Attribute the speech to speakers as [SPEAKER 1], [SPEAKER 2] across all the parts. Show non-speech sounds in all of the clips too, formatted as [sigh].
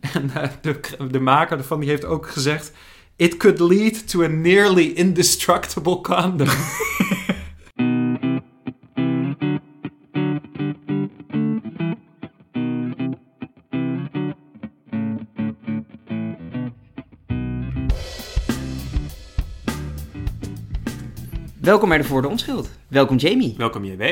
[SPEAKER 1] [laughs] En eh, de, de maker ervan die heeft ook gezegd... It could lead to a nearly indestructible [laughs] condom.
[SPEAKER 2] Welkom bij de Voor de Onschuld. Welkom Jamie.
[SPEAKER 1] Welkom JB.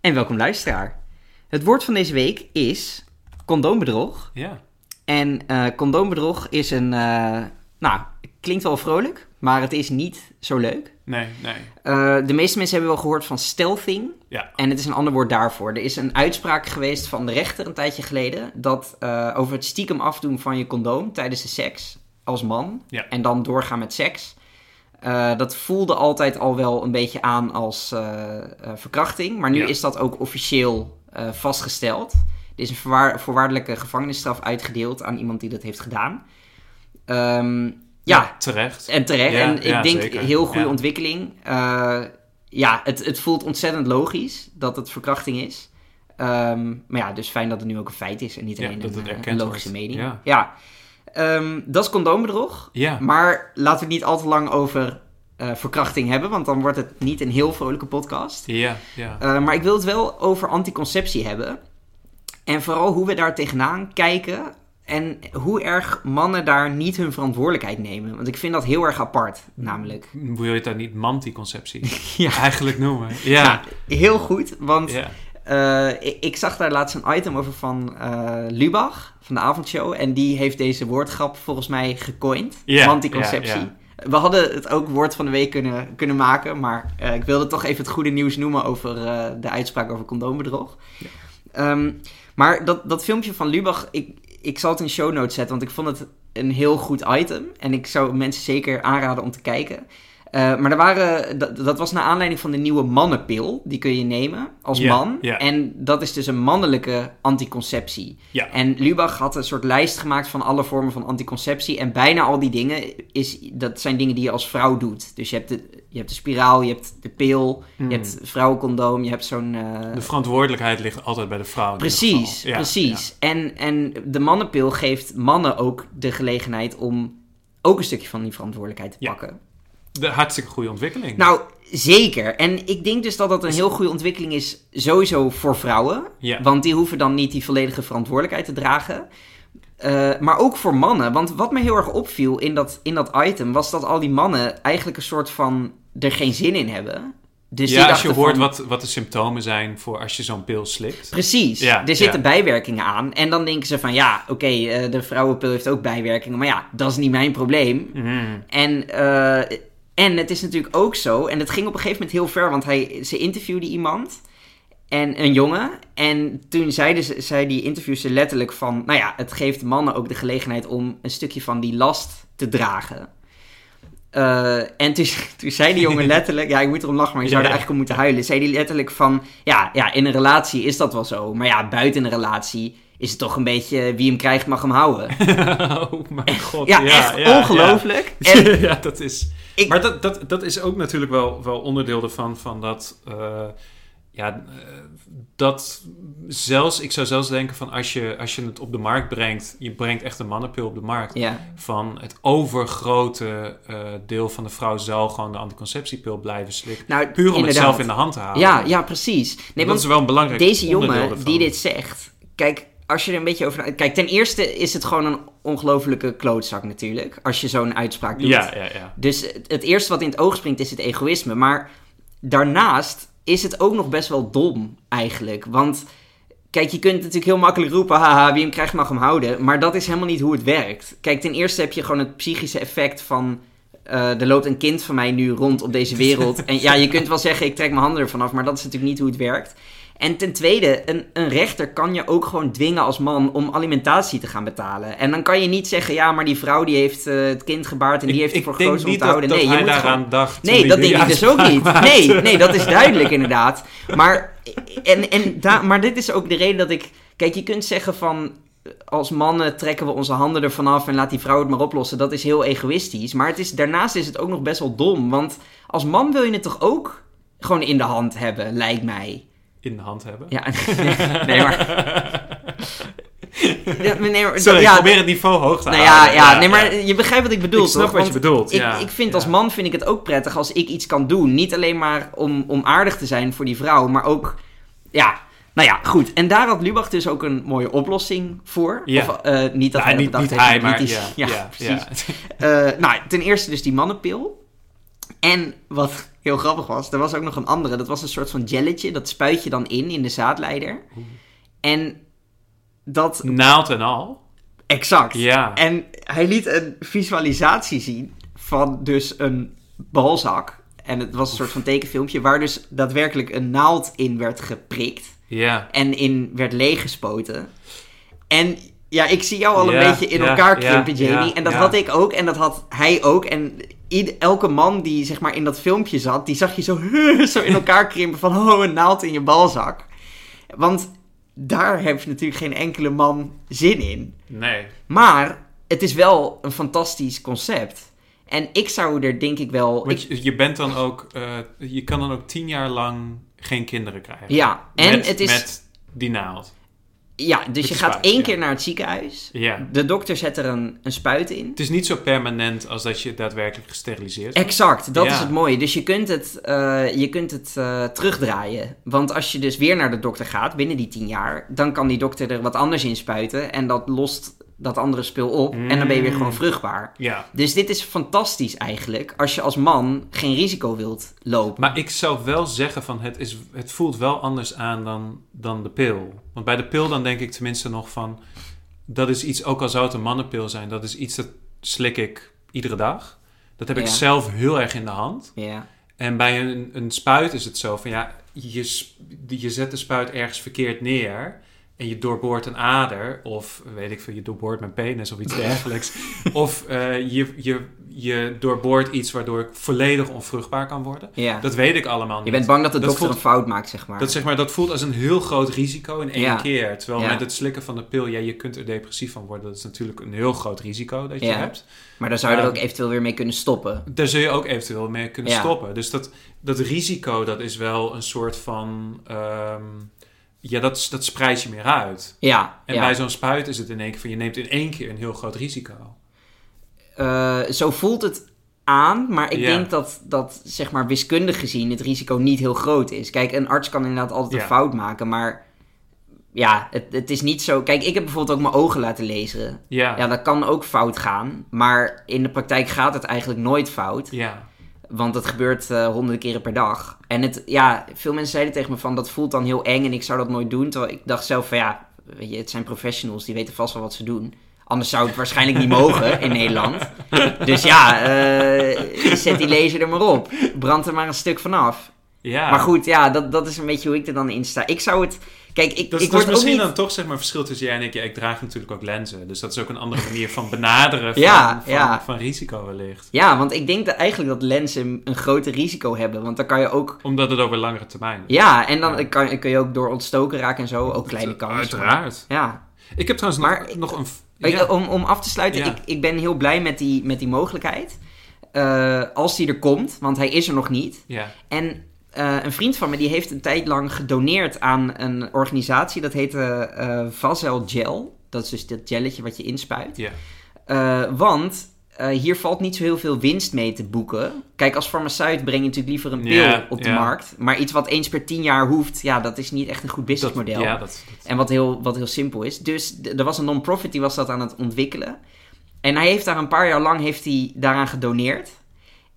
[SPEAKER 2] En welkom luisteraar. Het woord van deze week is condoombedrog.
[SPEAKER 1] Ja.
[SPEAKER 2] En eh, condoombedrog is een, eh, nou, klinkt wel vrolijk, maar het is niet zo leuk.
[SPEAKER 1] Nee, nee.
[SPEAKER 2] Eh, de meeste mensen hebben wel gehoord van stealthing.
[SPEAKER 1] Ja.
[SPEAKER 2] En het is een ander woord daarvoor. Er is een uitspraak geweest van de rechter een tijdje geleden. Dat eh, over het stiekem afdoen van je condoom tijdens de seks als man.
[SPEAKER 1] Ja.
[SPEAKER 2] En dan doorgaan met seks. Eh, dat voelde altijd al wel een beetje aan als eh, eh, verkrachting. Maar nu
[SPEAKER 1] Ja.
[SPEAKER 2] is dat ook officieel eh, vastgesteld. Er is een voorwaar- voorwaardelijke gevangenisstraf uitgedeeld aan iemand die dat heeft gedaan. Ehm, ja,
[SPEAKER 1] Terecht.
[SPEAKER 2] en terecht.
[SPEAKER 1] Ja,
[SPEAKER 2] en ik
[SPEAKER 1] ja,
[SPEAKER 2] denk
[SPEAKER 1] zeker.
[SPEAKER 2] heel goede
[SPEAKER 1] Ja.
[SPEAKER 2] ontwikkeling. Eh, ja, het, het voelt ontzettend logisch dat het verkrachting is. Ehm, maar ja, dus fijn dat het nu ook een feit is en niet
[SPEAKER 1] Ja,
[SPEAKER 2] alleen
[SPEAKER 1] dat
[SPEAKER 2] een,
[SPEAKER 1] het
[SPEAKER 2] eh,
[SPEAKER 1] erkend
[SPEAKER 2] een logische
[SPEAKER 1] wordt.
[SPEAKER 2] mening.
[SPEAKER 1] Ja.
[SPEAKER 2] Ehm, dat is condoombedrog.
[SPEAKER 1] Ja.
[SPEAKER 2] Maar laten we het niet al te lang over eh, verkrachting hebben, want dan wordt het niet een heel vrolijke podcast.
[SPEAKER 1] Ja, ja.
[SPEAKER 2] Eh, maar ik wil het wel over anticonceptie hebben. En vooral hoe we daar tegenaan kijken. En hoe erg mannen daar niet hun verantwoordelijkheid nemen. Want ik vind dat heel erg apart, namelijk.
[SPEAKER 1] Wil je het dan niet [laughs] manticonceptie
[SPEAKER 2] Ja.
[SPEAKER 1] eigenlijk noemen? [laughs] Ja.
[SPEAKER 2] Nou, Heel goed, want
[SPEAKER 1] Ja.
[SPEAKER 2] eh, ik, ik zag daar laatst een item over van eh, Lubach van de avondshow. En die heeft deze woordgrap volgens mij gecoind.
[SPEAKER 1] Ja,
[SPEAKER 2] anticonceptie.
[SPEAKER 1] ja,
[SPEAKER 2] We hadden het ook woord van de week kunnen, kunnen maken. Maar eh, ik wilde toch even het goede nieuws noemen over eh, de uitspraak over condoombedrog. Ehm, maar dat, dat filmpje van Lubach, ik, ik zal het in de show notes zetten, want ik vond het een heel goed item. En ik zou mensen zeker aanraden om te kijken. Eh, maar er waren, dat, dat was naar aanleiding van de nieuwe mannenpil. Die kun je nemen als
[SPEAKER 1] Ja,
[SPEAKER 2] man.
[SPEAKER 1] ja.
[SPEAKER 2] En dat is dus een mannelijke anticonceptie.
[SPEAKER 1] Ja.
[SPEAKER 2] En Lubach had een soort lijst gemaakt van alle vormen van anticonceptie. En bijna al die dingen is, dat zijn dingen die je als vrouw doet. Dus je hebt de, je hebt de spiraal, je hebt de pil,
[SPEAKER 1] Hmm.
[SPEAKER 2] je hebt vrouwencondoom, je hebt zo'n... eh,
[SPEAKER 1] De verantwoordelijkheid ligt altijd bij de vrouw. in dit
[SPEAKER 2] Precies,
[SPEAKER 1] geval. Ja,
[SPEAKER 2] precies. En, en de mannenpil geeft mannen ook de gelegenheid om ook een stukje van die verantwoordelijkheid te
[SPEAKER 1] Ja.
[SPEAKER 2] pakken.
[SPEAKER 1] ja. De hartstikke goede ontwikkeling.
[SPEAKER 2] Nou, zeker. En ik denk dus dat dat een heel goede ontwikkeling is, sowieso voor vrouwen.
[SPEAKER 1] Ja.
[SPEAKER 2] Want die hoeven dan niet die volledige verantwoordelijkheid te dragen. Eh, maar ook voor mannen. Want wat me heel erg opviel in dat, in dat item, was dat al die mannen eigenlijk een soort van er geen zin in hebben. Dus die
[SPEAKER 1] ja, als je
[SPEAKER 2] dachten
[SPEAKER 1] hoort
[SPEAKER 2] van-
[SPEAKER 1] wat, wat de symptomen zijn voor als je zo'n pil slikt. [laughs]
[SPEAKER 2] Precies,
[SPEAKER 1] Ja,
[SPEAKER 2] er zitten
[SPEAKER 1] ja.
[SPEAKER 2] bijwerkingen aan. En dan denken ze van ja, oké, eh, de vrouwenpil heeft ook bijwerkingen. Maar ja, dat is niet mijn probleem.
[SPEAKER 1] Mm.
[SPEAKER 2] En, eh, en het is natuurlijk ook zo. En het ging op een gegeven moment heel ver, want hij, ze interviewde iemand. En een jongen. En toen zeiden ze, zei die interviewster letterlijk van... Nou ja, het geeft mannen ook de gelegenheid om een stukje van die last te dragen. Eh, en toen, [laughs] toen zei die jongen letterlijk... Ja, ik moet erom lachen, maar je zou
[SPEAKER 1] Ja,
[SPEAKER 2] er
[SPEAKER 1] ja.
[SPEAKER 2] eigenlijk om moeten huilen. Zei die letterlijk van... Ja, ja, in een relatie is dat wel zo. Maar ja, buiten een relatie is het toch een beetje... Wie hem krijgt, mag hem houden.
[SPEAKER 1] oh mijn god.
[SPEAKER 2] Ja, echt ongelooflijk.
[SPEAKER 1] [laughs]
[SPEAKER 2] En
[SPEAKER 1] Ja. Ja, dat is...
[SPEAKER 2] Ik-
[SPEAKER 1] Maar dat, dat, dat is ook natuurlijk wel, wel onderdeel ervan, van dat... eh, ja, eh, dat zelfs... Ik zou zelfs denken van als je, als je het op de markt brengt... Je brengt echt een mannenpil op de markt.
[SPEAKER 2] Ja.
[SPEAKER 1] Van het overgrote eh, deel van de vrouw zal gewoon de anticonceptiepil blijven slikken.
[SPEAKER 2] Nou,
[SPEAKER 1] Puur om het
[SPEAKER 2] inderdaad.
[SPEAKER 1] zelf in de hand te houden.
[SPEAKER 2] Ja, ja, precies. Nee,
[SPEAKER 1] dat
[SPEAKER 2] want
[SPEAKER 1] is wel een belangrijk
[SPEAKER 2] deze
[SPEAKER 1] onderdeel
[SPEAKER 2] jongen
[SPEAKER 1] ervan.
[SPEAKER 2] die dit zegt, kijk, als je er een beetje over na- Kijk, ten eerste is het gewoon een ongelofelijke klootzak natuurlijk, als je zo'n uitspraak doet.
[SPEAKER 1] Ja, ja, ja.
[SPEAKER 2] Dus het, het eerste wat in het oog springt is het egoïsme, maar daarnaast is het ook nog best wel dom eigenlijk, want kijk, je kunt natuurlijk heel makkelijk roepen, haha, wie hem krijgt mag hem houden, maar dat is helemaal niet hoe het werkt. Kijk, ten eerste heb je gewoon het psychische effect van eh, er loopt een kind van mij nu rond op deze wereld. En ja, je kunt wel zeggen, ik trek mijn handen ervan af, maar dat is natuurlijk niet hoe het werkt. En ten tweede, een, een rechter kan je ook gewoon dwingen als man om alimentatie te gaan betalen. En dan kan je niet zeggen, ja, maar die vrouw die heeft eh, het kind gebaard en die heeft ervoor gekozen om te houden. nee, je
[SPEAKER 1] hij
[SPEAKER 2] moet
[SPEAKER 1] daaraan
[SPEAKER 2] gewoon...
[SPEAKER 1] dacht. toen
[SPEAKER 2] Nee,
[SPEAKER 1] hij
[SPEAKER 2] dat
[SPEAKER 1] die
[SPEAKER 2] denk ik dus
[SPEAKER 1] [laughs]
[SPEAKER 2] ook
[SPEAKER 1] uitspraak
[SPEAKER 2] niet.
[SPEAKER 1] maakte.
[SPEAKER 2] Nee, nee, dat is duidelijk inderdaad. Maar, en, en da- maar dit is ook de reden dat ik... Kijk, je kunt zeggen van... Als mannen trekken we onze handen ervan af en laat die vrouw het maar oplossen. Dat is heel egoïstisch. Maar het is, daarnaast is het ook nog best wel dom. Want als man wil je het toch ook gewoon in de hand hebben, lijkt mij. [laughs]
[SPEAKER 1] In de hand hebben. [laughs]
[SPEAKER 2] Ja, nee, maar... Ja, maar nee, maar-
[SPEAKER 1] Sorry,
[SPEAKER 2] ja,
[SPEAKER 1] ik probeer het niveau hoog te
[SPEAKER 2] Nou
[SPEAKER 1] houden.
[SPEAKER 2] ja, ja, nee, maar je begrijpt wat ik bedoel,
[SPEAKER 1] Ik snap
[SPEAKER 2] toch?
[SPEAKER 1] wat je
[SPEAKER 2] Want
[SPEAKER 1] bedoelt,
[SPEAKER 2] Ik,
[SPEAKER 1] ja.
[SPEAKER 2] ik vind
[SPEAKER 1] Ja.
[SPEAKER 2] als man vind ik het ook prettig als ik iets kan doen. Niet alleen maar om, om aardig te zijn voor die vrouw, maar ook... Ja, nou ja, goed. En daar had Lubach dus ook een mooie oplossing voor.
[SPEAKER 1] Ja.
[SPEAKER 2] Of, eh, niet dat
[SPEAKER 1] Ja,
[SPEAKER 2] hij dat
[SPEAKER 1] niet, niet
[SPEAKER 2] bedacht heeft,
[SPEAKER 1] hij,
[SPEAKER 2] maar
[SPEAKER 1] maar
[SPEAKER 2] die-
[SPEAKER 1] ja,
[SPEAKER 2] ja,
[SPEAKER 1] ja,
[SPEAKER 2] precies.
[SPEAKER 1] ja.
[SPEAKER 2] Eh, nou, ten eerste dus die mannenpil. En wat heel grappig was, er was ook nog een andere. Dat was een soort van gelletje. Dat spuit je dan in, in de zaadleider. En dat...
[SPEAKER 1] [laughs] Naald en al.
[SPEAKER 2] Exact.
[SPEAKER 1] Ja.
[SPEAKER 2] En hij liet een visualisatie zien van dus een balzak. En het was een soort van tekenfilmpje waar dus daadwerkelijk een naald in werd geprikt.
[SPEAKER 1] Ja.
[SPEAKER 2] En in werd leeggespoten. En ja, ik zie jou al een
[SPEAKER 1] Ja,
[SPEAKER 2] beetje in
[SPEAKER 1] ja,
[SPEAKER 2] elkaar
[SPEAKER 1] ja,
[SPEAKER 2] krimpen, Jamie.
[SPEAKER 1] ja,
[SPEAKER 2] en dat
[SPEAKER 1] ja.
[SPEAKER 2] had ik ook en dat had hij ook. En ied- elke man die zeg maar in dat filmpje zat, die zag je zo, [laughs] zo in elkaar krimpen van... Oh, een naald in je balzak. Want daar heeft natuurlijk geen enkele man zin in.
[SPEAKER 1] Nee.
[SPEAKER 2] Maar het is wel een fantastisch concept. En ik zou er denk ik wel.
[SPEAKER 1] Want je, je bent dan ook, eh, je kan dan ook tien jaar lang geen kinderen krijgen.
[SPEAKER 2] ja, en
[SPEAKER 1] met,
[SPEAKER 2] het is.
[SPEAKER 1] Met die naald.
[SPEAKER 2] ja, dus je
[SPEAKER 1] de
[SPEAKER 2] gaat
[SPEAKER 1] spuit,
[SPEAKER 2] één
[SPEAKER 1] ja.
[SPEAKER 2] keer naar het ziekenhuis.
[SPEAKER 1] Ja.
[SPEAKER 2] De dokter zet er een, een spuit in.
[SPEAKER 1] Het is niet zo permanent als dat je daadwerkelijk gesteriliseerd wordt.
[SPEAKER 2] Exact, dat
[SPEAKER 1] Ja.
[SPEAKER 2] is het mooie. Dus je kunt het, eh, je kunt het eh, terugdraaien. Want als je dus weer naar de dokter gaat binnen die tien jaar, dan kan die dokter er wat anders in spuiten. En dat lost dat andere spul op. En dan ben je weer
[SPEAKER 1] Mm.
[SPEAKER 2] gewoon vruchtbaar.
[SPEAKER 1] Ja.
[SPEAKER 2] Dus dit is fantastisch eigenlijk als je als man geen risico wilt lopen.
[SPEAKER 1] Maar ik zou wel zeggen van het, is, het voelt wel anders aan dan, dan de pil. Want bij de pil dan denk ik tenminste nog van... Dat is iets, ook al zou het een mannenpil zijn... Dat is iets dat slik ik iedere dag. Dat heb ik
[SPEAKER 2] Ja.
[SPEAKER 1] zelf heel erg in de hand.
[SPEAKER 2] Ja.
[SPEAKER 1] En bij een, een spuit is het zo van ja... Je, s- je zet de spuit ergens verkeerd neer... En je doorboort een ader, of weet ik veel, je doorboort mijn penis of iets dergelijks. of eh, je, je, je doorboort iets waardoor ik volledig onvruchtbaar kan worden.
[SPEAKER 2] Ja.
[SPEAKER 1] Dat weet ik allemaal niet.
[SPEAKER 2] Je bent bang dat de
[SPEAKER 1] Dat
[SPEAKER 2] dokter
[SPEAKER 1] voelt-
[SPEAKER 2] een fout maakt, zeg maar.
[SPEAKER 1] Dat, zeg maar, dat voelt als een heel groot risico in één
[SPEAKER 2] Ja.
[SPEAKER 1] keer. Terwijl
[SPEAKER 2] Ja.
[SPEAKER 1] met het slikken van de pil, ja, je kunt er depressief van worden. Dat is natuurlijk een heel groot risico dat je
[SPEAKER 2] Ja.
[SPEAKER 1] hebt.
[SPEAKER 2] Maar daar zou je er
[SPEAKER 1] Ja.
[SPEAKER 2] ook eventueel weer mee kunnen stoppen.
[SPEAKER 1] Daar zul je ook eventueel mee kunnen
[SPEAKER 2] Ja.
[SPEAKER 1] stoppen. Dus dat, dat risico, dat is wel een soort van... ehm, ja, dat, dat spreid je meer uit.
[SPEAKER 2] Ja,
[SPEAKER 1] En
[SPEAKER 2] ja.
[SPEAKER 1] bij zo'n spuit is het in één keer van... Je neemt in één keer een heel groot risico.
[SPEAKER 2] Eh, zo voelt het aan, maar ik
[SPEAKER 1] Ja.
[SPEAKER 2] denk dat, dat, zeg maar, wiskundig gezien het risico niet heel groot is. Kijk, een arts kan inderdaad altijd een
[SPEAKER 1] Ja.
[SPEAKER 2] fout maken, maar ja, het, het is niet zo... Kijk, ik heb bijvoorbeeld ook mijn ogen laten lezen.
[SPEAKER 1] Ja,
[SPEAKER 2] Ja,
[SPEAKER 1] ja.
[SPEAKER 2] dat kan ook fout gaan, maar in de praktijk gaat het eigenlijk nooit fout. Want het gebeurt eh, honderden keren per dag. En het, ja, veel mensen zeiden tegen me van dat voelt dan heel eng en ik zou dat nooit doen. Terwijl ik dacht zelf van ja, weet je, het zijn professionals, die weten vast wel wat ze doen. Anders zou het waarschijnlijk niet mogen in Nederland. Dus ja, eh, zet die laser er maar op. Brand er maar een stuk vanaf.
[SPEAKER 1] Ja.
[SPEAKER 2] Maar goed, ja, dat, dat is een beetje hoe ik er dan in sta. Ik zou het... Kijk, ik,
[SPEAKER 1] Dat is, dat Dus
[SPEAKER 2] ik
[SPEAKER 1] is
[SPEAKER 2] word ook
[SPEAKER 1] misschien
[SPEAKER 2] niet...
[SPEAKER 1] dan toch zeg maar verschil tussen jij en ik. Ja, ik draag natuurlijk ook lenzen. Dus dat is ook een andere manier van benaderen van,
[SPEAKER 2] [laughs] Ja,
[SPEAKER 1] van,
[SPEAKER 2] ja.
[SPEAKER 1] van risico wellicht.
[SPEAKER 2] Ja, want ik denk dat eigenlijk dat lenzen een groter risico hebben. Want dan kan je ook...
[SPEAKER 1] Omdat het over langere termijn is.
[SPEAKER 2] Ja, en dan kan, kun je ook door ontstoken raken en zo. Ook kleine
[SPEAKER 1] Dat-
[SPEAKER 2] kans. maar-
[SPEAKER 1] Uiteraard.
[SPEAKER 2] Ja,
[SPEAKER 1] Ik heb trouwens
[SPEAKER 2] Maar
[SPEAKER 1] nog,
[SPEAKER 2] ik-
[SPEAKER 1] nog een... v-
[SPEAKER 2] Ik-
[SPEAKER 1] ja.
[SPEAKER 2] om, om af te sluiten,
[SPEAKER 1] Ja.
[SPEAKER 2] ik, ik ben heel blij met die, met die mogelijkheid. Eh, als die er komt, want hij is er nog niet.
[SPEAKER 1] ja.
[SPEAKER 2] En eh, een vriend van me die heeft een tijd lang gedoneerd aan een organisatie. Dat heette eh Vazel Gel. Dat is dus dat gelletje wat je inspuit.
[SPEAKER 1] Ja.
[SPEAKER 2] Eh, want eh, hier valt niet zo heel veel winst mee te boeken. Kijk, als farmaceut breng je natuurlijk liever een pil
[SPEAKER 1] Ja,
[SPEAKER 2] op de
[SPEAKER 1] ja.
[SPEAKER 2] markt. Maar iets wat eens per tien jaar hoeft, ja, dat is niet echt een
[SPEAKER 1] Dat,
[SPEAKER 2] goed businessmodel.
[SPEAKER 1] ja, dat,
[SPEAKER 2] En wat heel, wat heel simpel is. Dus d- er was een non-profit die was dat aan het ontwikkelen. En hij heeft daar een paar jaar lang heeft hij daaraan gedoneerd.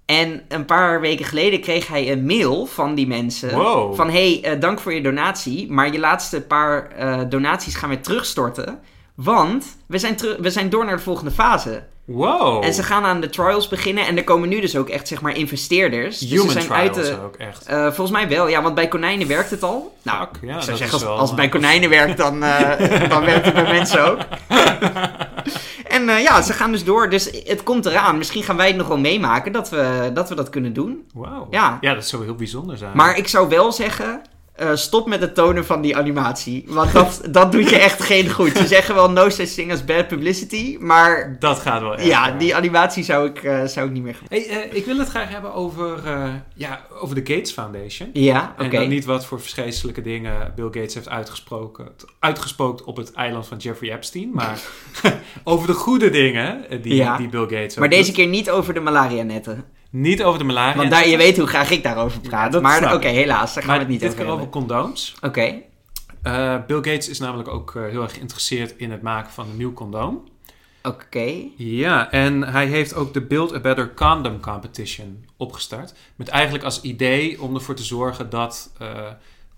[SPEAKER 2] En een paar weken geleden kreeg hij een mail van die mensen.
[SPEAKER 1] Wow.
[SPEAKER 2] Van, hey, eh, dank voor je donatie. Maar je laatste paar eh, donaties gaan we terugstorten. Want we zijn, teru- we zijn door naar de volgende fase.
[SPEAKER 1] wow.
[SPEAKER 2] En ze gaan aan de trials beginnen. En er komen nu dus ook echt, zeg maar, investeerders. Dus ze
[SPEAKER 1] Human
[SPEAKER 2] zijn
[SPEAKER 1] trials
[SPEAKER 2] uit de-
[SPEAKER 1] ook echt.
[SPEAKER 2] eh, volgens mij wel, ja, want bij konijnen werkt het al. Nou,
[SPEAKER 1] Fuck, ja,
[SPEAKER 2] ik
[SPEAKER 1] dat
[SPEAKER 2] zou
[SPEAKER 1] is
[SPEAKER 2] zeggen, als,
[SPEAKER 1] wel,
[SPEAKER 2] als het bij
[SPEAKER 1] eh,
[SPEAKER 2] konijnen werkt,
[SPEAKER 1] [laughs]
[SPEAKER 2] dan, eh, dan werkt het bij mensen ook. en eh, ja, ze gaan dus door, dus het komt eraan. Misschien gaan wij het nog wel meemaken dat we dat, we dat kunnen doen.
[SPEAKER 1] Wow.
[SPEAKER 2] Ja.
[SPEAKER 1] ja, dat zou heel bijzonder zijn.
[SPEAKER 2] Maar ik zou wel zeggen, eh, eh, stop met het tonen van die animatie. Want
[SPEAKER 1] [laughs]
[SPEAKER 2] dat, dat doet je echt geen goed. Ze zeggen wel no such thing as bad publicity. Maar
[SPEAKER 1] Dat gaat wel erg
[SPEAKER 2] ja,
[SPEAKER 1] ver.
[SPEAKER 2] die animatie zou ik, eh, zou ik niet meer...
[SPEAKER 1] Hey, eh, ik wil het graag hebben over, eh, ja, over de Gates Foundation.
[SPEAKER 2] Ja, oké.
[SPEAKER 1] En dan niet wat voor verschrikkelijke dingen Bill Gates heeft uitgesproken, uitgespookt op het eiland van Jeffrey Epstein. [laughs] Maar over de goede dingen eh, die,
[SPEAKER 2] Ja.
[SPEAKER 1] die Bill Gates ook
[SPEAKER 2] Maar deze
[SPEAKER 1] doet.
[SPEAKER 2] keer niet over de malaria-netten.
[SPEAKER 1] Niet over de malaria.
[SPEAKER 2] Want daar, je weet hoe graag ik daarover praat.
[SPEAKER 1] dat
[SPEAKER 2] maar
[SPEAKER 1] snap
[SPEAKER 2] oké,
[SPEAKER 1] ik.
[SPEAKER 2] helaas, daar gaan
[SPEAKER 1] maar
[SPEAKER 2] we het niet
[SPEAKER 1] dit
[SPEAKER 2] over
[SPEAKER 1] keer over
[SPEAKER 2] hebben.
[SPEAKER 1] condooms.
[SPEAKER 2] Oké,
[SPEAKER 1] Eh, Bill Gates is namelijk ook eh, heel erg geïnteresseerd in het maken van een nieuw condoom.
[SPEAKER 2] oké.
[SPEAKER 1] Ja, en hij heeft ook de Build a Better Condom Competition opgestart. Met eigenlijk als idee om ervoor te zorgen dat eh,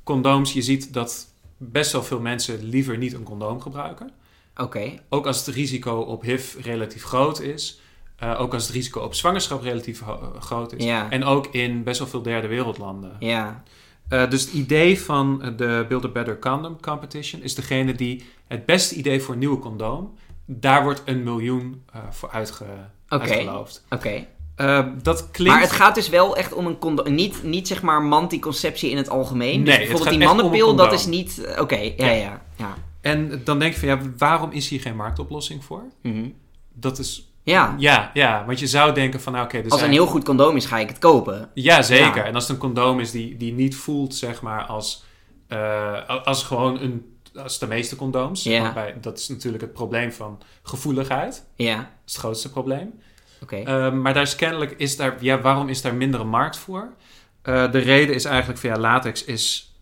[SPEAKER 1] condooms, je ziet dat best wel veel mensen liever niet een condoom gebruiken.
[SPEAKER 2] Oké,
[SPEAKER 1] Ook als het risico op HIV relatief groot is. eh, ook als het risico op zwangerschap relatief ho- groot is.
[SPEAKER 2] Ja.
[SPEAKER 1] En ook in best wel veel derde wereldlanden.
[SPEAKER 2] ja.
[SPEAKER 1] Eh, dus het idee van eh, de Build a Better Condom Competition is degene die het beste idee voor een nieuwe condoom, daar wordt een miljoen eh, voor uitge
[SPEAKER 2] Oké.
[SPEAKER 1] uitgeloofd.
[SPEAKER 2] Oké,
[SPEAKER 1] Eh, dat klinkt.
[SPEAKER 2] maar het gaat dus wel echt om een condoom. Niet, niet zeg maar anticonceptie in het algemeen.
[SPEAKER 1] Nee,
[SPEAKER 2] dus
[SPEAKER 1] het
[SPEAKER 2] bijvoorbeeld
[SPEAKER 1] gaat
[SPEAKER 2] die
[SPEAKER 1] echt om een
[SPEAKER 2] mannenpil, dat
[SPEAKER 1] condoom.
[SPEAKER 2] is niet. eh, Oké, ja, ja,
[SPEAKER 1] Ja.
[SPEAKER 2] ja. Ja.
[SPEAKER 1] En dan denk je van ja, waarom is hier geen marktoplossing voor?
[SPEAKER 2] Mhm.
[SPEAKER 1] Dat is.
[SPEAKER 2] ja.
[SPEAKER 1] Ja, ja want je zou denken van nou, oké. er
[SPEAKER 2] Als er
[SPEAKER 1] zijn-
[SPEAKER 2] een heel goed condoom is, ga ik het kopen.
[SPEAKER 1] Ja, zeker.
[SPEAKER 2] Ja.
[SPEAKER 1] En als het een condoom is die, die niet voelt, zeg maar, als, eh, als gewoon een. Als de meeste condooms.
[SPEAKER 2] Ja.
[SPEAKER 1] Want Bij, dat is natuurlijk het probleem van gevoeligheid. Dat
[SPEAKER 2] Ja,
[SPEAKER 1] is het grootste probleem.
[SPEAKER 2] oké.
[SPEAKER 1] Eh, maar daar is kennelijk, is daar, ja, waarom is daar minder een markt voor? Eh, de reden is eigenlijk van ja, latex is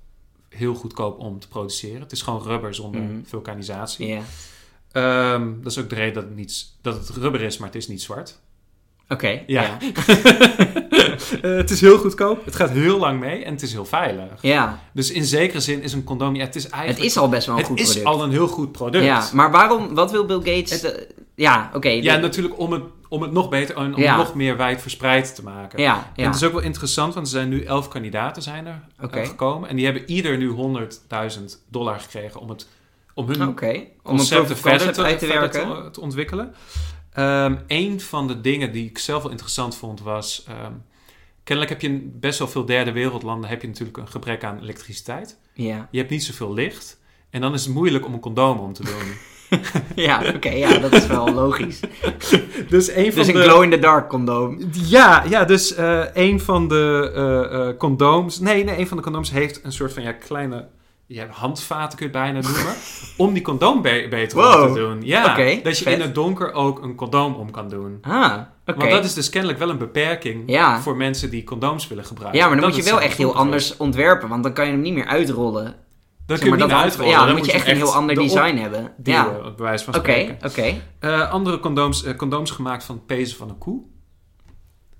[SPEAKER 1] heel goedkoop om te produceren. Het is gewoon rubber zonder
[SPEAKER 2] Mhm.
[SPEAKER 1] vulkanisatie.
[SPEAKER 2] ja.
[SPEAKER 1] Ehm, dat is ook de reden dat het, niet, dat het rubber is, maar het is niet zwart.
[SPEAKER 2] Oké,
[SPEAKER 1] Ja.
[SPEAKER 2] ja.
[SPEAKER 1] [laughs] Eh, het is heel goedkoop, het gaat heel lang mee en het is heel veilig.
[SPEAKER 2] Ja,
[SPEAKER 1] Dus in zekere zin is een condoom, ja, het is
[SPEAKER 2] het
[SPEAKER 1] eigenlijk
[SPEAKER 2] is al best wel een
[SPEAKER 1] het
[SPEAKER 2] goed
[SPEAKER 1] is
[SPEAKER 2] product.
[SPEAKER 1] al een heel goed product.
[SPEAKER 2] Ja, maar waarom, wat wil Bill Gates? eh, ja, oké.
[SPEAKER 1] Ja,
[SPEAKER 2] de-
[SPEAKER 1] natuurlijk om het, om het nog beter en om
[SPEAKER 2] Ja.
[SPEAKER 1] het nog meer wijd verspreid te maken.
[SPEAKER 2] ja,
[SPEAKER 1] En
[SPEAKER 2] ja.
[SPEAKER 1] het is ook wel interessant, want er zijn nu elf kandidaten zijn er eh,
[SPEAKER 2] Oké.
[SPEAKER 1] gekomen. En die hebben ieder nu 100.000 dollar gekregen om, het, om hun
[SPEAKER 2] Oké, om een
[SPEAKER 1] concepten
[SPEAKER 2] proof of
[SPEAKER 1] verder,
[SPEAKER 2] concept
[SPEAKER 1] te,
[SPEAKER 2] uit te
[SPEAKER 1] verder te-
[SPEAKER 2] werken.
[SPEAKER 1] te ontwikkelen. Ehm een van de dingen die ik zelf wel interessant vond was... ehm, kennelijk heb je in best wel veel derde wereldlanden heb je natuurlijk een gebrek aan elektriciteit.
[SPEAKER 2] Ja,
[SPEAKER 1] Je hebt niet zoveel licht. En dan is het moeilijk om een condoom om te doen.
[SPEAKER 2] ja oké, ja, dat is wel logisch.
[SPEAKER 1] [laughs] dus een
[SPEAKER 2] Dus een glow-in-the-dark condoom.
[SPEAKER 1] Ja, ja dus eh, een van de eh, eh, condooms. Nee, nee, een van de condooms heeft een soort van ja, kleine ja, handvaten, kun je het bijna [laughs] noemen. om die condoom be- beter
[SPEAKER 2] Wow.
[SPEAKER 1] om te doen. Ja,
[SPEAKER 2] Oké,
[SPEAKER 1] dat je
[SPEAKER 2] vet.
[SPEAKER 1] in het donker ook een condoom om kan doen.
[SPEAKER 2] Ah, oké.
[SPEAKER 1] Want dat is dus kennelijk wel een beperking
[SPEAKER 2] Ja.
[SPEAKER 1] voor mensen die condooms willen gebruiken.
[SPEAKER 2] Ja, maar dan
[SPEAKER 1] Dat
[SPEAKER 2] moet
[SPEAKER 1] het
[SPEAKER 2] je wel
[SPEAKER 1] zo
[SPEAKER 2] echt heel
[SPEAKER 1] gevoelig is.
[SPEAKER 2] anders ontwerpen, want dan kan je hem niet meer uitrollen.
[SPEAKER 1] Dan kun
[SPEAKER 2] Zeg
[SPEAKER 1] je
[SPEAKER 2] maar,
[SPEAKER 1] hem
[SPEAKER 2] dat
[SPEAKER 1] niet
[SPEAKER 2] hand-
[SPEAKER 1] uitrollen.
[SPEAKER 2] Ja, dan,
[SPEAKER 1] Dan
[SPEAKER 2] moet je echt
[SPEAKER 1] hem
[SPEAKER 2] een heel ander
[SPEAKER 1] erop
[SPEAKER 2] design hebben.
[SPEAKER 1] duwen,
[SPEAKER 2] Ja,
[SPEAKER 1] op bewijs van
[SPEAKER 2] oké,
[SPEAKER 1] spreken.
[SPEAKER 2] oké.
[SPEAKER 1] Eh, andere condooms, eh, condooms gemaakt van pezen van een koe.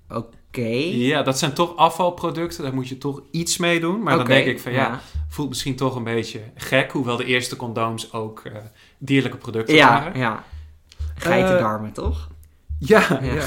[SPEAKER 2] Oké.
[SPEAKER 1] Ja, dat zijn toch afvalproducten. Daar moet je toch iets mee doen. Maar
[SPEAKER 2] Oké,
[SPEAKER 1] dan denk ik van ja, voelt misschien toch een beetje gek. Hoewel de eerste condooms ook eh, dierlijke producten
[SPEAKER 2] Ja,
[SPEAKER 1] waren.
[SPEAKER 2] ja. Geitendarmen, toch?
[SPEAKER 1] Ja,
[SPEAKER 2] Ja.
[SPEAKER 1] Eh, ja.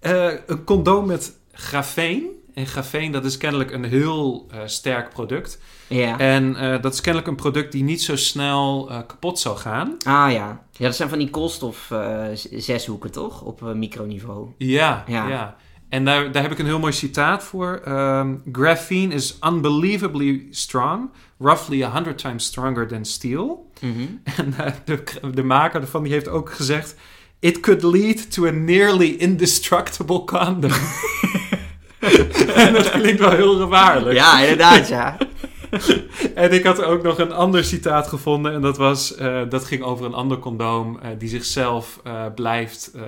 [SPEAKER 1] Eh, een condoom met grafeen. En grafeen, dat is kennelijk een heel eh, sterk product.
[SPEAKER 2] Ja.
[SPEAKER 1] En eh, dat is kennelijk een product die niet zo snel eh, kapot zou gaan.
[SPEAKER 2] Ah ja. Ja, dat zijn van die koolstof eh, z- zeshoeken, toch? Op eh, microniveau.
[SPEAKER 1] Ja,
[SPEAKER 2] Ja.
[SPEAKER 1] ja. En daar, daar heb ik een heel mooi citaat voor. Ehm, graphene is unbelievably strong, roughly 100 times stronger than steel. [laughs]
[SPEAKER 2] Mhm.
[SPEAKER 1] En eh, de, de maker ervan die heeft ook gezegd... It could lead to a nearly indestructible condom. [laughs] en dat klinkt wel heel gevaarlijk.
[SPEAKER 2] Ja, inderdaad, ja.
[SPEAKER 1] En ik had ook nog een ander citaat gevonden. En dat, was, eh, dat ging over een ander condoom eh, die zichzelf eh, blijft... eh,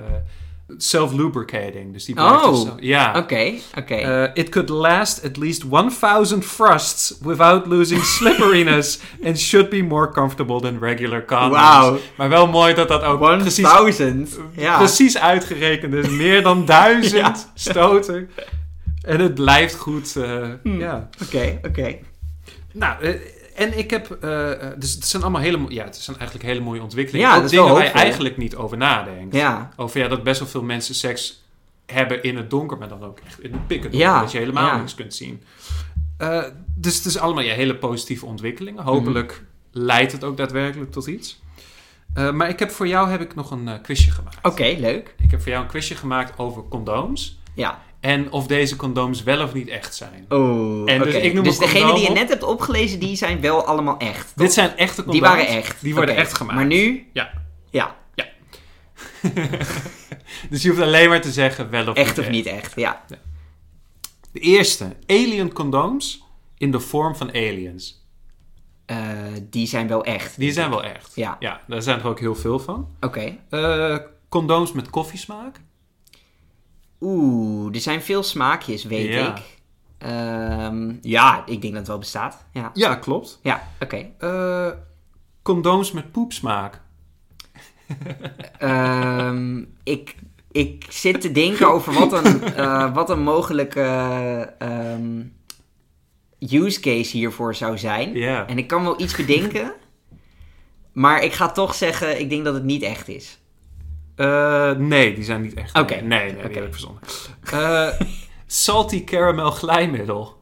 [SPEAKER 1] self-lubricating. Dus die blijft
[SPEAKER 2] Oh,
[SPEAKER 1] zichzelf- [laughs] Ja.
[SPEAKER 2] Oké, oké.
[SPEAKER 1] Eh, it could last at least 1000 thrusts without losing slipperiness and should be more comfortable than regular condoms.
[SPEAKER 2] Wauw.
[SPEAKER 1] Maar wel mooi dat dat ook Oh, precies,
[SPEAKER 2] 1000. Ja.
[SPEAKER 1] precies uitgerekend is. Meer dan duizend
[SPEAKER 2] [laughs] Ja.
[SPEAKER 1] stoten. En het blijft goed. eh,
[SPEAKER 2] Hmm.
[SPEAKER 1] ja.
[SPEAKER 2] Oké, oké.
[SPEAKER 1] Nou, eh, en ik heb. eh, eh, dus het zijn allemaal hele. mo- Ja, het zijn eigenlijk hele mooie ontwikkelingen.
[SPEAKER 2] Ja,
[SPEAKER 1] ook
[SPEAKER 2] dat is wel
[SPEAKER 1] dingen waar je
[SPEAKER 2] hoopvol.
[SPEAKER 1] eigenlijk niet over nadenkt.
[SPEAKER 2] Ja.
[SPEAKER 1] Over ja, dat best wel veel mensen seks hebben in het donker, maar dan ook echt in het pikken.
[SPEAKER 2] Ja,
[SPEAKER 1] Dat je helemaal
[SPEAKER 2] ja.
[SPEAKER 1] niks kunt zien. Eh, dus het is allemaal ja, hele positieve ontwikkelingen. Hopelijk
[SPEAKER 2] Mhm.
[SPEAKER 1] leidt het ook daadwerkelijk tot iets. Eh, maar ik heb voor jou heb ik nog een eh, quizje gemaakt.
[SPEAKER 2] Oké, leuk.
[SPEAKER 1] Ik heb voor jou een quizje gemaakt over condooms.
[SPEAKER 2] Ja.
[SPEAKER 1] En of deze condooms wel of niet echt zijn.
[SPEAKER 2] Oh,
[SPEAKER 1] En dus
[SPEAKER 2] oké.
[SPEAKER 1] ik noem
[SPEAKER 2] dus
[SPEAKER 1] een
[SPEAKER 2] degene
[SPEAKER 1] condoom
[SPEAKER 2] die je
[SPEAKER 1] op.
[SPEAKER 2] net hebt opgelezen, die zijn wel allemaal echt.
[SPEAKER 1] Dit zijn echte condooms.
[SPEAKER 2] Die waren echt.
[SPEAKER 1] Die worden
[SPEAKER 2] Oké.
[SPEAKER 1] echt gemaakt.
[SPEAKER 2] Maar nu?
[SPEAKER 1] Ja.
[SPEAKER 2] Ja,
[SPEAKER 1] Dus je hoeft alleen maar te zeggen wel of
[SPEAKER 2] echt
[SPEAKER 1] niet
[SPEAKER 2] of niet echt. Ja.
[SPEAKER 1] De eerste, alien condooms in de vorm van aliens.
[SPEAKER 2] Eh, die zijn wel echt.
[SPEAKER 1] Die zijn wel echt.
[SPEAKER 2] Ja.
[SPEAKER 1] ja daar zijn er ook heel veel van.
[SPEAKER 2] Oké.
[SPEAKER 1] Eh, condooms met koffiesmaak.
[SPEAKER 2] Oeh, er zijn veel smaakjes, weet
[SPEAKER 1] Ja.
[SPEAKER 2] ik. Ehm, ja, ik denk dat het wel bestaat. Ja,
[SPEAKER 1] Ja, klopt.
[SPEAKER 2] ja oké.
[SPEAKER 1] Eh, condooms met poepsmaak.
[SPEAKER 2] Ehm, ik, ik zit te denken over wat
[SPEAKER 1] [laughs]
[SPEAKER 2] een, eh, wat een mogelijke ehm, use case hiervoor zou zijn.
[SPEAKER 1] Ja.
[SPEAKER 2] En ik kan wel iets bedenken, maar ik ga toch zeggen, ik denk dat het niet echt is.
[SPEAKER 1] Eh, nee, die zijn niet echt.
[SPEAKER 2] Oké.
[SPEAKER 1] Nee, nee, nee
[SPEAKER 2] Oké.
[SPEAKER 1] die heb ik verzonnen. Eh, salty caramel glijmiddel.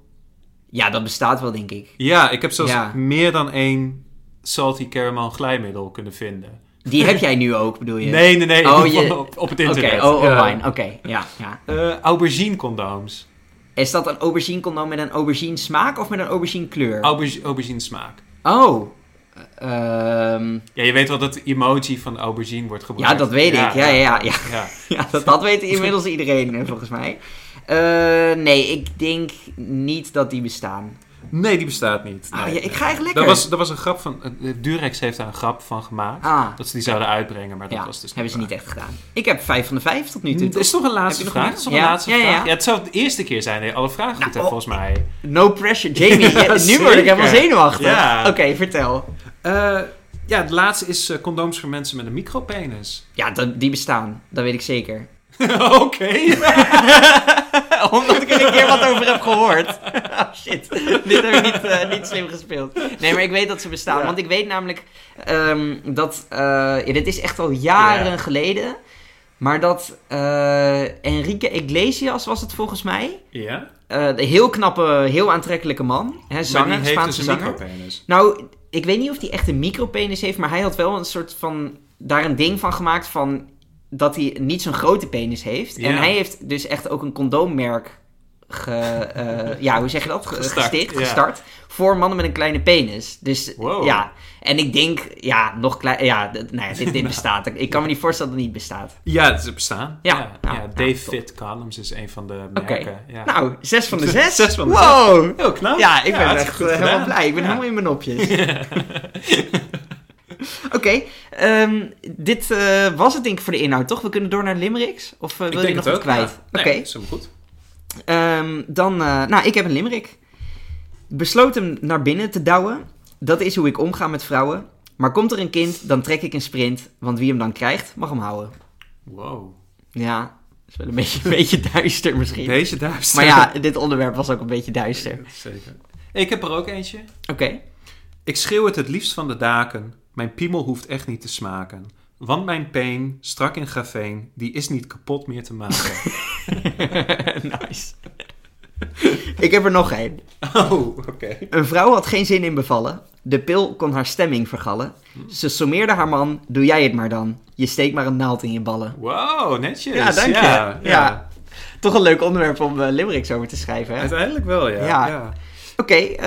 [SPEAKER 2] Ja, dat bestaat wel, denk ik.
[SPEAKER 1] Ja, ik heb zelfs
[SPEAKER 2] Ja.
[SPEAKER 1] meer dan één salty caramel glijmiddel kunnen vinden.
[SPEAKER 2] Die heb jij nu ook, bedoel je?
[SPEAKER 1] Nee, nee, nee.
[SPEAKER 2] Oh, je-
[SPEAKER 1] [laughs] op, op het
[SPEAKER 2] Oké,
[SPEAKER 1] internet.
[SPEAKER 2] oh,
[SPEAKER 1] Ja.
[SPEAKER 2] online. Oké, ja, ja.
[SPEAKER 1] Eh, aubergine condooms.
[SPEAKER 2] Is dat een aubergine condoom met een aubergine smaak of met een aubergine kleur?
[SPEAKER 1] Aubergine, aubergine smaak.
[SPEAKER 2] Oh. Ehm,
[SPEAKER 1] Ja, je weet wel dat de emoji van aubergine wordt gebruikt.
[SPEAKER 2] ja, dat weet ik. Ja, ja, ja. ja.
[SPEAKER 1] ja.
[SPEAKER 2] [laughs] Ja, dat, dat weet inmiddels iedereen, eh, volgens mij. Eh, nee, ik denk niet dat die bestaan.
[SPEAKER 1] Nee, die bestaat niet.
[SPEAKER 2] Ah,
[SPEAKER 1] Nee,
[SPEAKER 2] ja, ik ga echt
[SPEAKER 1] nee.
[SPEAKER 2] lekker.
[SPEAKER 1] Dat was, dat was een grap van... eh, Durex heeft daar een grap van gemaakt.
[SPEAKER 2] Ah,
[SPEAKER 1] Dat ze die zouden uitbrengen, maar dat
[SPEAKER 2] ja,
[SPEAKER 1] was dus
[SPEAKER 2] hebben ze
[SPEAKER 1] waar. Mm, dus-
[SPEAKER 2] niet echt gedaan. Ik heb vijf van de vijf tot nu toe.
[SPEAKER 1] Het is toch een laatste
[SPEAKER 2] Heb je nog
[SPEAKER 1] vraag? Is
[SPEAKER 2] meer?
[SPEAKER 1] nog een
[SPEAKER 2] Ja.
[SPEAKER 1] laatste
[SPEAKER 2] Ja, ja,
[SPEAKER 1] vraag?
[SPEAKER 2] ja.
[SPEAKER 1] het zou de eerste keer zijn dat je alle vragen goed
[SPEAKER 2] Nou,
[SPEAKER 1] hebt,
[SPEAKER 2] oh.
[SPEAKER 1] volgens mij.
[SPEAKER 2] No pressure.
[SPEAKER 1] [laughs]
[SPEAKER 2] Jamie,
[SPEAKER 1] Ja,
[SPEAKER 2] ja, nu word ik helemaal
[SPEAKER 1] zeker.
[SPEAKER 2] zenuwachtig.
[SPEAKER 1] Ja.
[SPEAKER 2] Oké, vertel.
[SPEAKER 1] Eh, ja, de laatste is eh, condooms voor mensen met een micropenis.
[SPEAKER 2] Ja, dat, die bestaan. Dat weet ik zeker.
[SPEAKER 1] [laughs] Oké.
[SPEAKER 2] [laughs] Omdat ik er een keer wat over heb gehoord. [laughs] Ah, Shit, dit heb ik niet, eh, niet slim gespeeld. Nee, maar ik weet dat ze bestaan.
[SPEAKER 1] Ja.
[SPEAKER 2] Want ik weet namelijk ehm, dat... eh, ja, dit is echt al jaren
[SPEAKER 1] Ja.
[SPEAKER 2] geleden. Maar dat eh, Enrique Iglesias was het volgens mij.
[SPEAKER 1] Ja?
[SPEAKER 2] Eh, een heel knappe, heel aantrekkelijke man. Hè, zanger,
[SPEAKER 1] maar die heeft dus
[SPEAKER 2] Spaanse
[SPEAKER 1] een
[SPEAKER 2] zanger.
[SPEAKER 1] micropenis.
[SPEAKER 2] Nou, ik weet niet of hij echt een micropenis heeft, maar hij had wel een soort van daar een ding van gemaakt van dat hij niet zo'n grote penis heeft.
[SPEAKER 1] Ja.
[SPEAKER 2] En hij heeft dus echt ook een condoommerk ge,
[SPEAKER 1] [laughs]
[SPEAKER 2] eh, ja, hoe zeg je dat? Ge-
[SPEAKER 1] Gestart,
[SPEAKER 2] gesticht,
[SPEAKER 1] ja.
[SPEAKER 2] gestart voor mannen met een kleine penis. Dus
[SPEAKER 1] Wow.
[SPEAKER 2] ja, en ik denk, ja, nog klein, ja, d- nou ja, dit, dit bestaat. Ik- Ik kan me niet voorstellen dat het niet bestaat.
[SPEAKER 1] Ja, ze bestaan.
[SPEAKER 2] Ja.
[SPEAKER 1] ja,
[SPEAKER 2] Nou,
[SPEAKER 1] ja,
[SPEAKER 2] nou,
[SPEAKER 1] Dave
[SPEAKER 2] top.
[SPEAKER 1] Fit Columns is een van de merken. Ja.
[SPEAKER 2] Nou, zes van de
[SPEAKER 1] [laughs]
[SPEAKER 2] zes.
[SPEAKER 1] Zes van de
[SPEAKER 2] wow.
[SPEAKER 1] Heel knap.
[SPEAKER 2] Ja, ik ben
[SPEAKER 1] het is
[SPEAKER 2] echt
[SPEAKER 1] goed
[SPEAKER 2] eh, helemaal
[SPEAKER 1] gedaan.
[SPEAKER 2] blij. Ik ben
[SPEAKER 1] Ja.
[SPEAKER 2] helemaal in mijn nopjes.
[SPEAKER 1] [laughs]
[SPEAKER 2] [laughs] Oké, ehm, dit eh, was het denk ik voor de inhoud, toch? We kunnen door naar Limericks? Of eh,
[SPEAKER 1] Ik
[SPEAKER 2] wil je
[SPEAKER 1] denk
[SPEAKER 2] nog
[SPEAKER 1] het
[SPEAKER 2] wat
[SPEAKER 1] ook,
[SPEAKER 2] kwijt?
[SPEAKER 1] ja.
[SPEAKER 2] Oké,
[SPEAKER 1] Nee, is helemaal goed.
[SPEAKER 2] ehm, dan... eh, nou, ik heb een Limerick. Besloot hem naar binnen te douwen. Dat is hoe ik omga met vrouwen. Maar komt er een kind, dan trek ik een sprint. Want wie hem dan krijgt, mag hem houden.
[SPEAKER 1] Wow.
[SPEAKER 2] Ja, dat is wel een beetje, [laughs] een beetje duister misschien.
[SPEAKER 1] Deze duister.
[SPEAKER 2] Maar ja, dit onderwerp was ook een beetje duister.
[SPEAKER 1] [laughs] Zeker. Ik heb er ook eentje.
[SPEAKER 2] Oké.
[SPEAKER 1] Ik schreeuw het het liefst van de daken. Mijn piemel hoeft echt niet te smaken. Want mijn peen, strak in grafeen, die is niet kapot meer te
[SPEAKER 2] [laughs]
[SPEAKER 1] maken.
[SPEAKER 2] [laughs] nice. [laughs] Ik heb er nog één.
[SPEAKER 1] oh, oké.
[SPEAKER 2] Een vrouw had geen zin in bevallen. De pil kon haar stemming vergallen. Ze sommeerde haar man, doe jij het maar dan. Je steekt maar een naald in je ballen.
[SPEAKER 1] Wow, netjes.
[SPEAKER 2] Ja, dank je.
[SPEAKER 1] Ja, ja.
[SPEAKER 2] Ja. Toch een leuk onderwerp om eh, limericks over te schrijven, hè? Oké,
[SPEAKER 1] Uiteindelijk wel, ja.
[SPEAKER 2] Ja.
[SPEAKER 1] ja.
[SPEAKER 2] eh,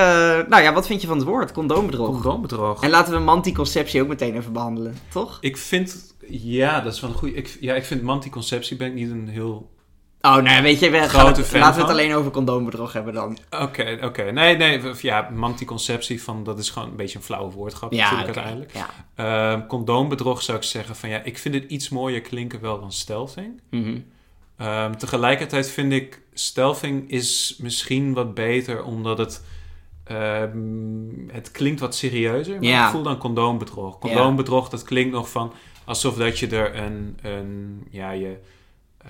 [SPEAKER 2] nou ja, wat vind je van het woord? Condoombedrog.
[SPEAKER 1] Condoombedrag.
[SPEAKER 2] En laten we manticonceptie ook meteen even behandelen, toch?
[SPEAKER 1] Ik vind, ja, dat is wel een goede. Ik, ja, ik vind manticonceptie ben ik niet een heel.
[SPEAKER 2] Oh, nou ja, weet je, we gaan
[SPEAKER 1] Grote
[SPEAKER 2] het-
[SPEAKER 1] fan
[SPEAKER 2] laten we het
[SPEAKER 1] van.
[SPEAKER 2] alleen over condoombedrog hebben dan.
[SPEAKER 1] Oké, oké. Nee, nee. of Ja, manticonceptie, van, dat is gewoon een beetje een flauwe woordgrap.
[SPEAKER 2] Ja,
[SPEAKER 1] natuurlijk
[SPEAKER 2] oké.
[SPEAKER 1] uiteindelijk.
[SPEAKER 2] Ja.
[SPEAKER 1] Ehm, condoombedrog zou ik zeggen van ja, ik vind het iets mooier klinken wel dan stelving.
[SPEAKER 2] Mhm.
[SPEAKER 1] Ehm, tegelijkertijd vind ik stelving is misschien wat beter omdat het, ehm, het klinkt wat serieuzer. Maar
[SPEAKER 2] Ja.
[SPEAKER 1] ik voel dan condoombedrog. Condoombedrog, dat klinkt nog van alsof dat je er een, een ja, je, eh,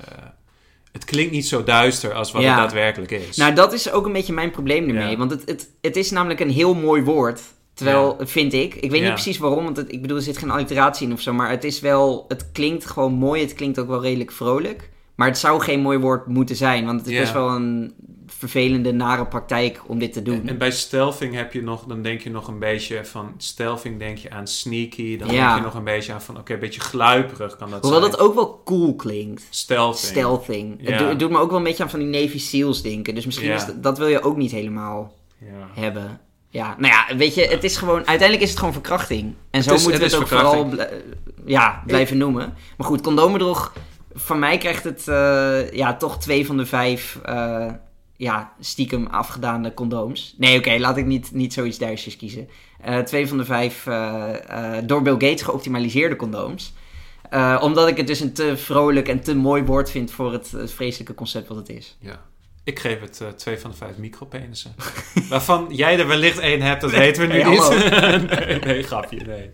[SPEAKER 1] het klinkt niet zo duister als wat
[SPEAKER 2] Ja.
[SPEAKER 1] het daadwerkelijk is.
[SPEAKER 2] Nou, dat is ook een beetje mijn probleem ermee.
[SPEAKER 1] Ja.
[SPEAKER 2] Want het, het, het is namelijk een heel mooi woord. Terwijl, vind ik, ik weet
[SPEAKER 1] Ja.
[SPEAKER 2] niet precies waarom, want het, ik bedoel, er zit geen alliteratie in of zo. Maar het is wel, het klinkt gewoon mooi. Het klinkt ook wel redelijk vrolijk. Maar het zou geen mooi woord moeten zijn, want het is
[SPEAKER 1] Ja.
[SPEAKER 2] best wel een vervelende, nare praktijk om dit te doen.
[SPEAKER 1] En bij stealthing heb je nog, dan denk je nog een beetje van stealthing denk je aan sneaky, dan
[SPEAKER 2] Ja.
[SPEAKER 1] denk je nog een beetje aan van oké, een beetje gluiperig kan dat
[SPEAKER 2] Hoewel
[SPEAKER 1] zijn.
[SPEAKER 2] dat ook wel cool klinkt.
[SPEAKER 1] stealthing.
[SPEAKER 2] Stealthing. Het,
[SPEAKER 1] Ja.
[SPEAKER 2] doet- het doet me ook wel een beetje aan van die Navy Seals denken. Dus misschien
[SPEAKER 1] Ja.
[SPEAKER 2] is dat, dat wil je ook niet helemaal
[SPEAKER 1] Ja.
[SPEAKER 2] hebben. Ja, nou ja, weet je, het is gewoon... Uiteindelijk is het gewoon verkrachting. En zo
[SPEAKER 1] is-
[SPEAKER 2] moeten we
[SPEAKER 1] het
[SPEAKER 2] het ook
[SPEAKER 1] is verkrachting.
[SPEAKER 2] vooral bl- ja, blijven noemen. Maar goed, condoombedrog... Van mij krijgt het eh, ja, toch twee van de vijf eh, ja, stiekem afgedane condooms. Nee, oké, laat ik niet, niet zoiets duisters kiezen. Eh, twee van de vijf eh, eh, door Bill Gates geoptimaliseerde condooms. Eh, omdat ik het dus een te vrolijk en te mooi woord vind voor het, het vreselijke concept wat het is.
[SPEAKER 1] Ja. Ik geef het eh, twee van de vijf micropenissen. [laughs] Waarvan jij er wellicht één hebt, dat weten we nu
[SPEAKER 2] Hey,
[SPEAKER 1] niet.
[SPEAKER 2] hallo.
[SPEAKER 1] [laughs] nee, nee, grapje, nee.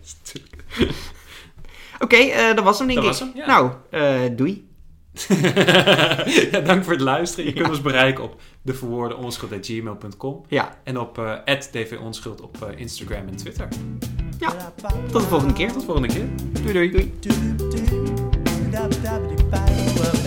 [SPEAKER 2] Oké, eh, dat was hem denk
[SPEAKER 1] Dat
[SPEAKER 2] ik.
[SPEAKER 1] was hem, ja.
[SPEAKER 2] Nou, eh, doei.
[SPEAKER 1] [laughs] ja, dank voor het luisteren. Je kunt ons bereiken op deverwoordenonschuld.gmail.com
[SPEAKER 2] Ja,
[SPEAKER 1] en op eh @dvonschuld op eh, Instagram en Twitter.
[SPEAKER 2] ja. Tot de volgende keer.
[SPEAKER 1] Tot volgende keer.
[SPEAKER 2] Doei doei. doei.
[SPEAKER 3] do do da da da da